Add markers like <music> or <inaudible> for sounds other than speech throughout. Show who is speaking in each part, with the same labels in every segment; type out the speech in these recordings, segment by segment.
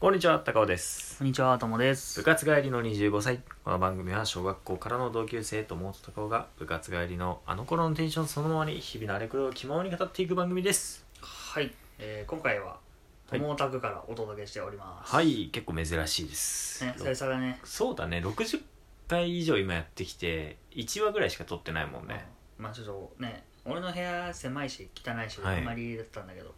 Speaker 1: こんにちは、高尾です。
Speaker 2: こんにちは、ともで
Speaker 1: 部
Speaker 2: す。
Speaker 1: 活帰りの25歳。この番組は小学校からの同級生ともと高尾が部活帰りのあの頃のテンションそのままに日々のあれこれを気ままに語っていく番組です。
Speaker 2: はい、えー、今回は、
Speaker 1: はい
Speaker 2: ともタクからお届けしております。
Speaker 1: は
Speaker 2: ね、
Speaker 1: い、結構珍しいです。ろ
Speaker 2: 久々だね。
Speaker 1: そうだね、60回以上今やってきて、1話ぐらいしか撮ってないもんね。
Speaker 2: うんまあちょっとね、俺の部屋狭いし、汚いし、
Speaker 1: はい
Speaker 2: あんまりだったんだけど、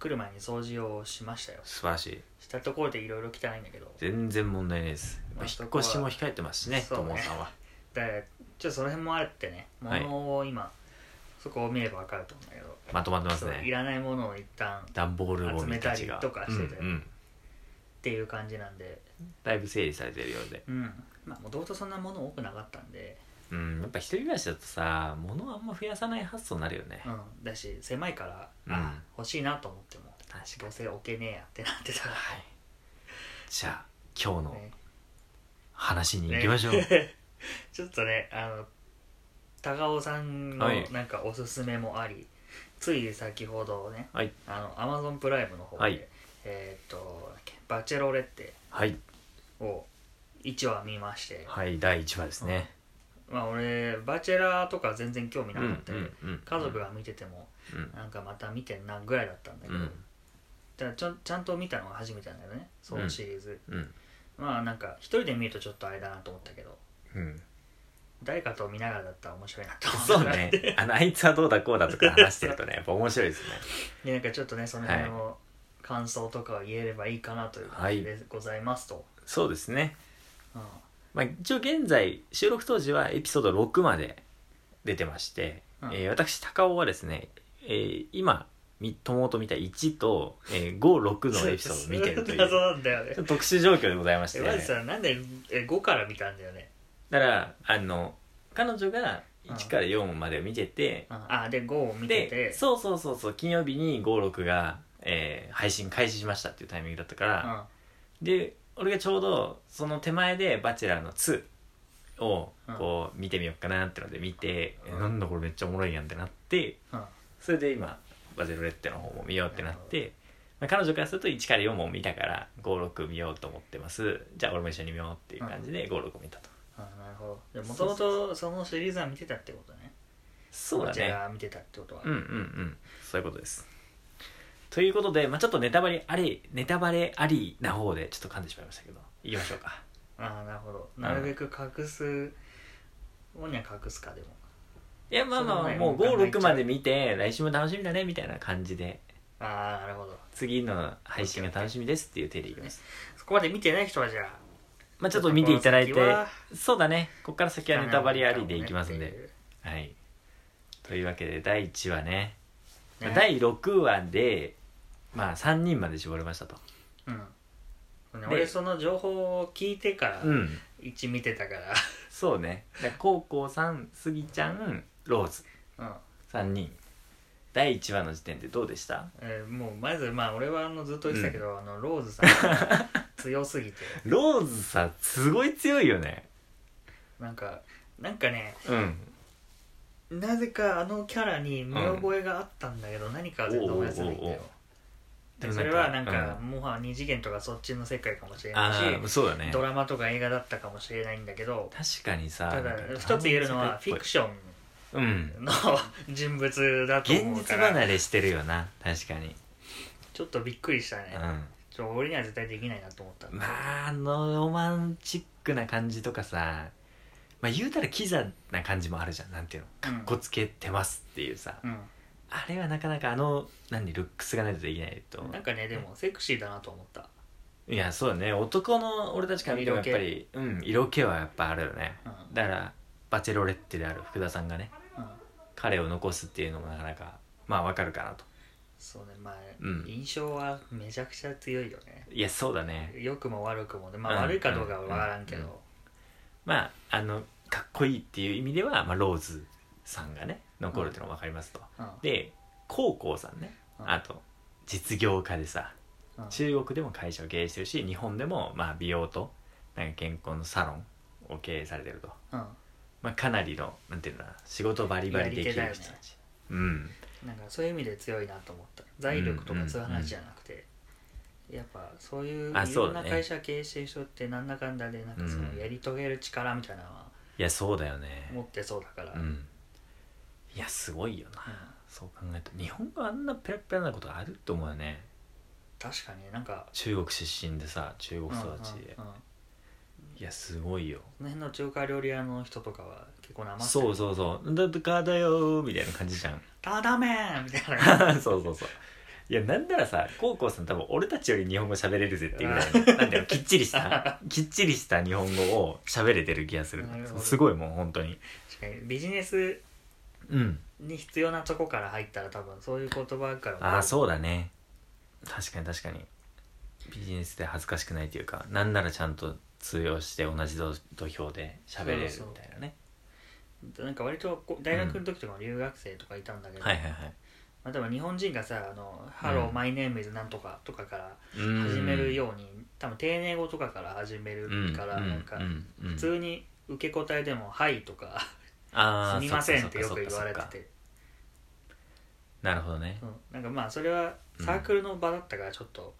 Speaker 2: 来る前に掃除をしましたよ。
Speaker 1: 素晴らしい。
Speaker 2: したところでいろいろ汚いんだけど、
Speaker 1: 全然問題ないです。
Speaker 2: まあ
Speaker 1: 引っ越しも控えてますしね、
Speaker 2: そ
Speaker 1: と
Speaker 2: こは
Speaker 1: もさんは。
Speaker 2: で、ちょっとその辺もあってね、
Speaker 1: はい
Speaker 2: 物を今、そこを見ればわかると思うんだけど、
Speaker 1: まとまってます
Speaker 2: そうい
Speaker 1: ね。
Speaker 2: らないものを一旦っ
Speaker 1: 段ボールゴミたちが。
Speaker 2: 集めたりとかしてて
Speaker 1: うんうん。
Speaker 2: ていう感じなんで、
Speaker 1: だいぶ整理されてるようで。
Speaker 2: うん。まあ、もともとそんなもの多くなかったんで、
Speaker 1: うん、やっぱ一人暮らしだとさ物あんま増やさない発想になるよね、
Speaker 2: うん。だし、狭いから、
Speaker 1: うん
Speaker 2: あ、欲しいなと思っても、
Speaker 1: 確
Speaker 2: どうせ置けねえやってなってたか
Speaker 1: はいじゃあ今日の
Speaker 2: らね
Speaker 1: 話に行きま
Speaker 2: <laughs>
Speaker 1: しょう、
Speaker 2: ねちょっとねあの高尾さんの
Speaker 1: はい
Speaker 2: なんかおすすめもあり、つい先ほどね
Speaker 1: はい
Speaker 2: あのアマゾンプライムの方で、
Speaker 1: はい
Speaker 2: えーっとなんだっけバチェロレッテ
Speaker 1: はい」
Speaker 2: を1話見まして、
Speaker 1: はい第1話ですね、
Speaker 2: まあ俺バチェラーとか全然興味
Speaker 1: う
Speaker 2: なん
Speaker 1: うん
Speaker 2: かったけど、
Speaker 1: うん、
Speaker 2: 家族が見てても
Speaker 1: うん
Speaker 2: なんかまた見てんなぐらいだったんだけ
Speaker 1: う
Speaker 2: ど、
Speaker 1: ん
Speaker 2: ただちゃんちゃんと見たのが初めてなんだよねそのシリーズ、
Speaker 1: うん
Speaker 2: まあなんか一人で見るとちょっとあれだなと思ったけど <laughs>
Speaker 1: うん、
Speaker 2: 誰かと見ながらだったら面白いなと思った
Speaker 1: そうねあのあいつはどうだこうだとか話してるとねやっぱ面白いですね
Speaker 2: <laughs> でなんかちょっとねその辺の感想とかを言えればいいかなという感じでございますと、
Speaker 1: そうですね、
Speaker 2: うん
Speaker 1: まあ、一応現在収録当時はエピソード6まで出てまして、
Speaker 2: うん
Speaker 1: えー私高尾はですね、えー今み友と見た1と、えー、56のエピソードを見てるという
Speaker 2: <laughs> 謎なんだよね
Speaker 1: ちょっと特殊状況でございまして
Speaker 2: えマジさなんでえ5から見たんだよね、
Speaker 1: だからあの彼女が1から4までを見てて、
Speaker 2: うんあで5を見て
Speaker 1: で
Speaker 2: て
Speaker 1: そうそうそうそう金曜日に56が、えー配信開始しましたっていうタイミングだったか
Speaker 2: う
Speaker 1: ら、
Speaker 2: ん
Speaker 1: で俺がちょうどその手前で「バチェラーの2」を
Speaker 2: うん
Speaker 1: こう見てみようかなってので見て、
Speaker 2: うん
Speaker 1: えなんだこれめっちゃおもろいやんってなって
Speaker 2: うん
Speaker 1: それで今「バチェロレッテ」の方も見ようってなって。まあ彼女からすると1から4も見たから56見ようと思ってますじゃあ俺も一緒に見ようっていう感じで56見たと、
Speaker 2: あなるほどもともとそのシリーズは見てたってことね
Speaker 1: そうだ
Speaker 2: こち
Speaker 1: ね
Speaker 2: ら見てたってことは、
Speaker 1: うんうんうんそういうことですということで、まあ、ちょっとネタバレありネタバレありな方でちょっと噛んでしまいましたけどいきましょうか
Speaker 2: あなるほどなるべく隠すもには隠すかでも
Speaker 1: いやまあまあ
Speaker 2: そうだね
Speaker 1: もう
Speaker 2: 考えちゃ
Speaker 1: 56
Speaker 2: う
Speaker 1: まで見て来週も楽しみだねみたいな感じで
Speaker 2: ああなるほど
Speaker 1: 次の配信が楽しみですっていう手でいきます
Speaker 2: そこまで見てない人はじゃあ
Speaker 1: まあちょっと見ていただいて
Speaker 2: この先は
Speaker 1: そうだねこっから先はネタバレありでいきますん
Speaker 2: って
Speaker 1: で
Speaker 2: いう
Speaker 1: はいというわけで第1話ね
Speaker 2: ね
Speaker 1: 第6話でまあ3人まで絞れましたと
Speaker 2: うん、ね
Speaker 1: で
Speaker 2: 俺その情報を聞いてから
Speaker 1: うん
Speaker 2: 1見てたか
Speaker 1: そうねだから高校さんスギちゃんローズ <laughs>
Speaker 2: ら、うん
Speaker 1: 3人第1話の時点でどうでした
Speaker 2: えーもうまずまあ俺はあのずっと言ってたけど、あのローズさ
Speaker 1: <laughs>
Speaker 2: んが強すぎて
Speaker 1: ローズさすごい強いよね
Speaker 2: なんかなんかね
Speaker 1: うん
Speaker 2: なぜかあのキャラに見覚えがあったんだけど、何か全然思い出せないんだ
Speaker 1: お
Speaker 2: よ
Speaker 1: うおうおう
Speaker 2: でそれはなん
Speaker 1: う
Speaker 2: か、もは二次元とかそっちの世界かもしれないし
Speaker 1: あ、あそうだね
Speaker 2: ドラマとか映画だったかもしれないんだけど
Speaker 1: 確かにさ
Speaker 2: ただ
Speaker 1: なんか
Speaker 2: 一つ言えるのはフィクション
Speaker 1: うん
Speaker 2: の <laughs> 人物だと
Speaker 1: 現
Speaker 2: 思うか
Speaker 1: 実
Speaker 2: ら
Speaker 1: 離れしてるよな確かに
Speaker 2: ちょっとびっくりしたね、
Speaker 1: う
Speaker 2: ちょ俺には絶対できないなと思った
Speaker 1: んまああのロマンチックな感じとかさまあ言うたらキザな感じもあるじゃんなんていうの
Speaker 2: か
Speaker 1: こつけてますっていうさ
Speaker 2: うん、
Speaker 1: あれはなかなかあの何ルックスがないとできないと思う
Speaker 2: なんかねでもセクシーだなと思った、
Speaker 1: いやそうだね男の俺たちから見てもやっぱりうん、色気はやっぱあるよね
Speaker 2: うん
Speaker 1: だからバチェロレッテである福田さんがね
Speaker 2: うん、
Speaker 1: 彼を残すっていうのもなかなかまあわかるかなと
Speaker 2: そうねまあ、
Speaker 1: うん
Speaker 2: 印象はめちゃくちゃ強いよね
Speaker 1: いやそうだね
Speaker 2: 良くも悪くもねまあ、
Speaker 1: うん
Speaker 2: 悪いかどうかは分からんけど、
Speaker 1: うんまああのかっこいいっていう意味では、まあ、ローズさんがね残るっていうのはわかりますと、
Speaker 2: うん
Speaker 1: で高校さんね、
Speaker 2: うん
Speaker 1: あと実業家でさ
Speaker 2: うん
Speaker 1: 中国でも会社を経営してるし日本でもまあ美容となんか健康のサロンを経営されてると
Speaker 2: うん
Speaker 1: まあ、かなりのなんていうのかな仕事バリバリできる人
Speaker 2: や
Speaker 1: た
Speaker 2: り
Speaker 1: ち、
Speaker 2: 手だよね
Speaker 1: うん
Speaker 2: なんかそういう意味で強いなと思った財力とかそういう話じゃなくて、やっぱそういう
Speaker 1: あ
Speaker 2: い
Speaker 1: そ
Speaker 2: ろ
Speaker 1: うんだ
Speaker 2: な
Speaker 1: ね
Speaker 2: 会社経営してる人ってなんだかんだでなんかそのやり遂げる力みたいなのはい
Speaker 1: やそうだよね
Speaker 2: 持ってそうだから、
Speaker 1: うんいやすごいよ
Speaker 2: うん
Speaker 1: なそう考えると日本語あんなペラペラなことあると思うよね
Speaker 2: 確かになんか
Speaker 1: 中国出身でさ中国育ちで
Speaker 2: うんうんうん
Speaker 1: いやすごいよ
Speaker 2: この辺の中華料理屋の人とかは結構なまってる
Speaker 1: そうそうそう「だとかだよ」みたいな感じじゃん
Speaker 2: ただめんみたいな
Speaker 1: <laughs> そうそうそういやなんならさ高校さん多分俺たちより日本語喋れるぜ <laughs> っていうぐらいのなんだろうきっちりした <laughs> きっちりした日本語を喋れてる気がする
Speaker 2: なるほど
Speaker 1: すごいもう本当に
Speaker 2: 確かにビジネス
Speaker 1: うん
Speaker 2: に必要なとこから入ったら多分そういう言葉から
Speaker 1: ああそうだね確かに確かにビジネスで恥ずかしくないというかなんならちゃんと通用して同じ土土俵で喋れるみたいなね
Speaker 2: なんか割とこう大学の時とかも留学生とかいたんだけど、
Speaker 1: はいはいはい
Speaker 2: まあ、でも日本人がさ「あのハロー、マイネームイズなんとか」とかから始
Speaker 1: 始
Speaker 2: めるように、多分丁寧語とかから始めるから、なんか普
Speaker 1: 普
Speaker 2: 通に受け答えでも「はい」とか「すみません」ってよく言われてて、
Speaker 1: なるほどね
Speaker 2: うん、なんかまあそれはサークルの場だったからちょっと、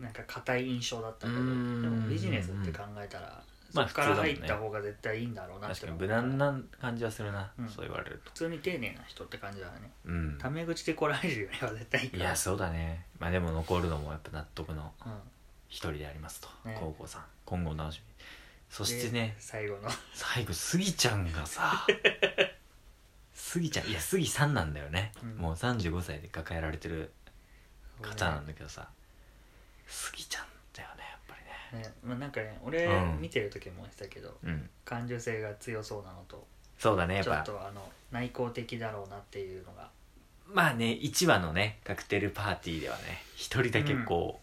Speaker 2: なんか硬い印象だったけど、
Speaker 1: うん
Speaker 2: でもビジネスって考えたら、
Speaker 1: まあ
Speaker 2: そこか
Speaker 1: 普
Speaker 2: ら
Speaker 1: 通だもん
Speaker 2: 入
Speaker 1: ね
Speaker 2: った方が絶対いいんだろうなっ
Speaker 1: 確
Speaker 2: て
Speaker 1: かに
Speaker 2: 思う
Speaker 1: 無難な感じはするな、
Speaker 2: うん
Speaker 1: そう言われると
Speaker 2: 普通に丁寧な人って感じだね
Speaker 1: うん
Speaker 2: タメ口で来られるよりは絶対いいか
Speaker 1: い
Speaker 2: ら
Speaker 1: やそうだねまあでも残るのもやっぱ納得の
Speaker 2: うん、
Speaker 1: 一人でありますと、
Speaker 2: ね
Speaker 1: 高校さん今後の楽しみそして
Speaker 2: で
Speaker 1: ね
Speaker 2: 最後の
Speaker 1: 最後スギちゃんが
Speaker 2: <laughs>
Speaker 1: さスギちゃんいやスギさんなんだよね、
Speaker 2: うん
Speaker 1: もう35歳で抱えられてる方なんだけどさスギちゃんだよねやっぱ
Speaker 2: ねまあ、なんかね俺
Speaker 1: うん
Speaker 2: 見てる時も言ってたけど、
Speaker 1: りねうん
Speaker 2: 感受性が強そうなのと
Speaker 1: そうだねやっ
Speaker 2: ちょっ
Speaker 1: ぱ
Speaker 2: とあの内向的だろうなっていうのが
Speaker 1: まあね1話のねカクテルパーティーではね一人だけこ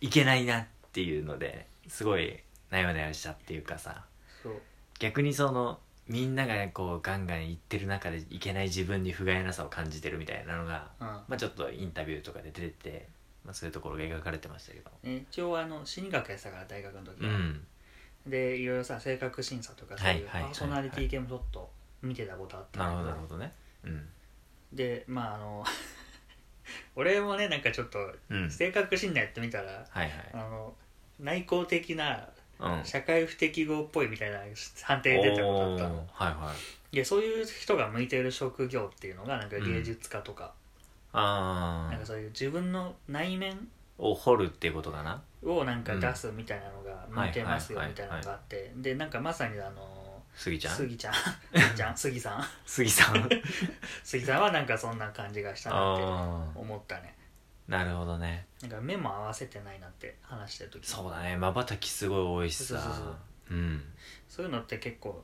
Speaker 1: う、いけないなっていうのですごいなよなよしたっていうかさ
Speaker 2: そう
Speaker 1: 逆にそのみんながこうガンガン行ってる中でいけない自分に不甲斐なさを感じてるみたいなのが
Speaker 2: うん
Speaker 1: まあ、ちょっとインタビューとかで出てて、まあ、そういうところが描かれてましたけど
Speaker 2: ね一応あの心理学やってたから大学の時
Speaker 1: う
Speaker 2: は、
Speaker 1: ん
Speaker 2: でいろいろさ性格審査とかそう
Speaker 1: はい
Speaker 2: いうパ
Speaker 1: はい
Speaker 2: ーソナリティ系もちょっと見てたことあったん
Speaker 1: な
Speaker 2: だ
Speaker 1: る
Speaker 2: け
Speaker 1: ほどなるほどねうん、
Speaker 2: でまああの <laughs> 俺もねなんかちょっと
Speaker 1: うん、
Speaker 2: 性格診断やってみたら、
Speaker 1: はい
Speaker 2: あの内向的な
Speaker 1: はい、うん、
Speaker 2: 社会不適合っぽいみたいな判定出たことあった
Speaker 1: おー
Speaker 2: の
Speaker 1: はいはい
Speaker 2: いやそういう人が向いてる職業っていうのがなんか芸術家とか,、
Speaker 1: あ
Speaker 2: なんか
Speaker 1: ー
Speaker 2: そういう自分の内面
Speaker 1: を掘るっていうことかな
Speaker 2: をなんか出すみたいなのが向いてますよ
Speaker 1: はい
Speaker 2: み
Speaker 1: はいはい
Speaker 2: たいなのがあってでなんかまさにあの
Speaker 1: スギちゃん
Speaker 2: 杉ちゃん <laughs> 杉ちゃん杉さん
Speaker 1: スギさん
Speaker 2: 杉さんはなんかそんな感じがしたなっ
Speaker 1: あ
Speaker 2: て思ったね
Speaker 1: ーなるほどね
Speaker 2: なんか目も合わせてないなって話してる時
Speaker 1: そうだねまばたきすごい多いしさ
Speaker 2: そうそうそう
Speaker 1: うん
Speaker 2: そういうのって結構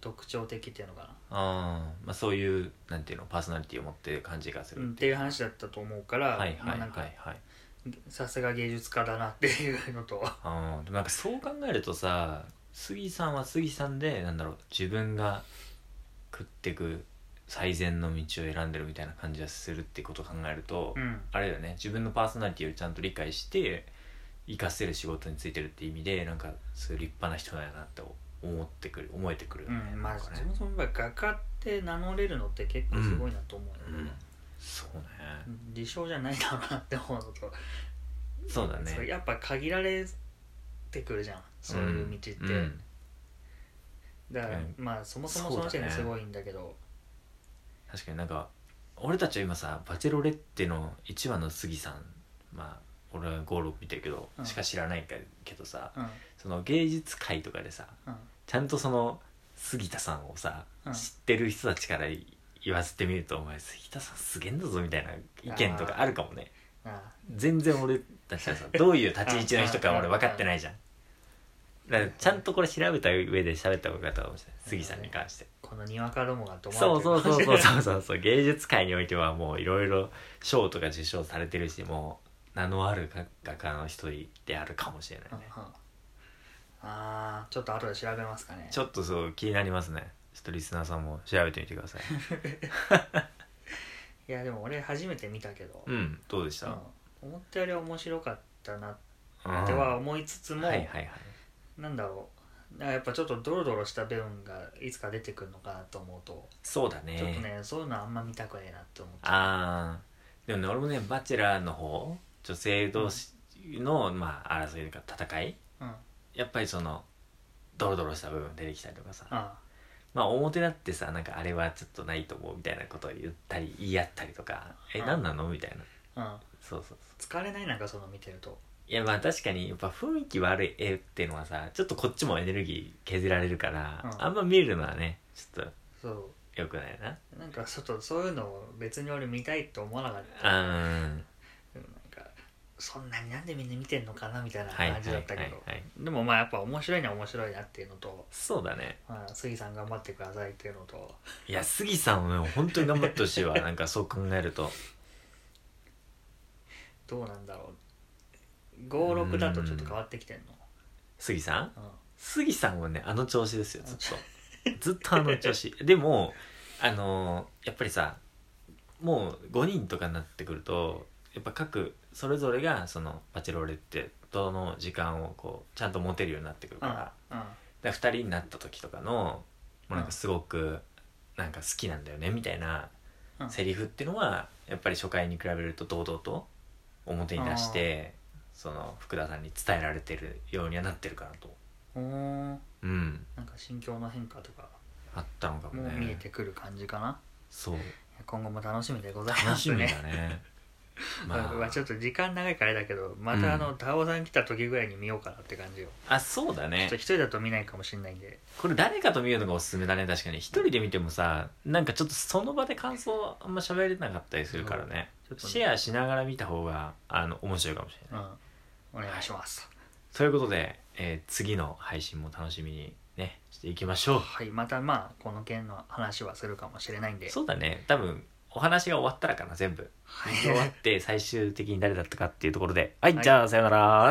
Speaker 2: 特徴的っていうのかな
Speaker 1: あーまあそういうなんていうのパーソナリティを持ってる感じがす
Speaker 2: うん
Speaker 1: る
Speaker 2: っ、ていう話だったと思うから、
Speaker 1: はい
Speaker 2: ま
Speaker 1: は
Speaker 2: あ
Speaker 1: いは
Speaker 2: なん
Speaker 1: い
Speaker 2: か
Speaker 1: はい
Speaker 2: さすが芸術家だなっていうの
Speaker 1: <laughs>
Speaker 2: と
Speaker 1: あーでもなんかそう考えるとさ杉さんは杉さんでなんだろう自分が食ってく最善の道を選んでるみたいな感じがするってことを考えると、
Speaker 2: うん
Speaker 1: あれだよね自分のパーソナリティをちゃんと理解して活かせる仕事についてるって意味でなんかそういう立派な人なんやなって思ってくる思えてくるよ
Speaker 2: う
Speaker 1: ね、
Speaker 2: ん、まあ
Speaker 1: なんかね
Speaker 2: そもそもやっぱ画家って名乗れるのって結構すごいなと思う
Speaker 1: う
Speaker 2: よ
Speaker 1: ん
Speaker 2: ね、
Speaker 1: そうね、
Speaker 2: 自称じゃないだろうなって思うのと、
Speaker 1: そうだ
Speaker 2: そう
Speaker 1: ね
Speaker 2: やっぱ限られてくるじゃんそういう道って、
Speaker 1: んうん
Speaker 2: だか
Speaker 1: う
Speaker 2: ら、
Speaker 1: ん
Speaker 2: まあそもそもその時点ですごいんだけど
Speaker 1: 確かになんか俺たちは今さ「バチェロレッテ」の1話の杉さんまあ俺は56見てるけど
Speaker 2: うん
Speaker 1: しか知らないけどさ、
Speaker 2: う,、
Speaker 1: その芸術界とかでさ
Speaker 2: んうん
Speaker 1: ちゃんとその杉田さんをさ、
Speaker 2: うん
Speaker 1: 知ってる人たちから言わせてみると「お前杉田さんすげえんだぞ」みたいな意見とかあるかもね
Speaker 2: あ
Speaker 1: 全然俺たちはさどういう立ち位置の人か
Speaker 2: あ
Speaker 1: 俺分かってないじゃんだからちゃんとこれ調べた上で喋った方が良かったかもしれない杉さんに関して。
Speaker 2: このにわかどもがど
Speaker 1: そうそうそう
Speaker 2: れて
Speaker 1: そ
Speaker 2: る
Speaker 1: うそうそうそう芸術界においてはもういろいろ賞とか受賞されてるしもう名のある画家の一人であるかもしれな
Speaker 2: うん
Speaker 1: い
Speaker 2: うん
Speaker 1: ね
Speaker 2: あ <laughs> あちょっと後で調べますかね
Speaker 1: ちょっとそう気になりますねちょっとリスナーさんも調べてみてください
Speaker 2: いやでも俺初めて見たけど、
Speaker 1: うんどうでした、
Speaker 2: うん思ったより面白かったな
Speaker 1: うん
Speaker 2: っては思いつつも、
Speaker 1: はいはいはい
Speaker 2: なんだろうなんかやっぱちょっとドロドロした部分がいつか出てくるのかなと思うと、
Speaker 1: そうだね
Speaker 2: ちょっとねそういうのあんま見たくねえなって思って
Speaker 1: ああでもね俺もね「バチェラー」の方女性同士の、まあ、争いというか戦い
Speaker 2: うんあ
Speaker 1: やっぱりそのドロドロした部分出てきたりとかさ
Speaker 2: あ
Speaker 1: まあ表だってさなんかあれはちょっとないと思うみたいなことを言ったり言い合ったりとか「え
Speaker 2: うん
Speaker 1: 何なの?」みたいな
Speaker 2: うん
Speaker 1: そうそうそう
Speaker 2: 疲れないなんかその見てると
Speaker 1: いやまあ確かにやっぱ雰囲気悪い絵っていうのはさちょっとこっちもエネルギー削られるから、
Speaker 2: うん
Speaker 1: あんま見るのはねちょっ
Speaker 2: そ
Speaker 1: とよくないな
Speaker 2: うなんかちょっとそういうのを別に俺見たいと思わなかった
Speaker 1: うん
Speaker 2: でもなんかそんなになんでみんな見てんのかなみたいな
Speaker 1: はいは
Speaker 2: 感
Speaker 1: い
Speaker 2: じ
Speaker 1: はい
Speaker 2: だった
Speaker 1: は
Speaker 2: け
Speaker 1: い
Speaker 2: どでもまあやっぱ面白いには面白いなっていうのと、
Speaker 1: そうだね
Speaker 2: まあ、杉さん頑張ってくださいっていうのと
Speaker 1: いや杉さんはね本当に頑張ってほし
Speaker 2: <laughs>
Speaker 1: いわなんかそう考えると
Speaker 2: どうなんだろう56だとちょっと変わってきてんの
Speaker 1: 杉さん
Speaker 2: うん
Speaker 1: 杉さんはねあの調子ですよずっと
Speaker 2: <laughs>
Speaker 1: ずっとあの調子でもあのーやっぱりさもう5人とかになってくるとやっぱ各それぞれがそのバチェロレってとの時間をこうちゃんと持てるようになってくる
Speaker 2: う
Speaker 1: か
Speaker 2: ん
Speaker 1: ら
Speaker 2: うん、
Speaker 1: だ
Speaker 2: あ
Speaker 1: から2人になった時とかのもうなんかすごくなんか好きなんだよねみたいな
Speaker 2: うん
Speaker 1: セリフってのはやっぱり初回に比べると堂々と表に出してその福田さんに伝えられてるようにはなってるかなと。
Speaker 2: おー
Speaker 1: うん
Speaker 2: なんか心境の変化とか
Speaker 1: あったのかも
Speaker 2: もう
Speaker 1: ね
Speaker 2: 見えてくる感じかな、 <laughs>
Speaker 1: そう
Speaker 2: 今後も楽しみでございま
Speaker 1: 楽し
Speaker 2: す
Speaker 1: みだ
Speaker 2: ね
Speaker 1: ね <laughs> ま
Speaker 2: <laughs> まあ、ちょ
Speaker 1: あ
Speaker 2: っと時間長いからあれだけどまたあの、タオさん来た時ぐらいに見ようかなって感じよ
Speaker 1: あそうだ
Speaker 2: ちょっ
Speaker 1: ね
Speaker 2: と一人だと見ないかもしれないんで
Speaker 1: これ誰かと見るのがおすすめだね確かに一人で見てもさなんかちょっとその場で感想あんま喋れなかったりするからね
Speaker 2: ちょっとね
Speaker 1: シェアしながら見た方があの面白いかもしれ
Speaker 2: う
Speaker 1: ない、
Speaker 2: んお願いします
Speaker 1: ということで、えー次の配信も楽しみにねしていきましょ
Speaker 2: はいまたまあこの件の話はするかもしれないん
Speaker 1: う
Speaker 2: で
Speaker 1: そうだね多分お話が終わったらかな全部
Speaker 2: はい
Speaker 1: 終わって最終的に誰だったかっていうところではい、
Speaker 2: はい
Speaker 1: じゃあさよなら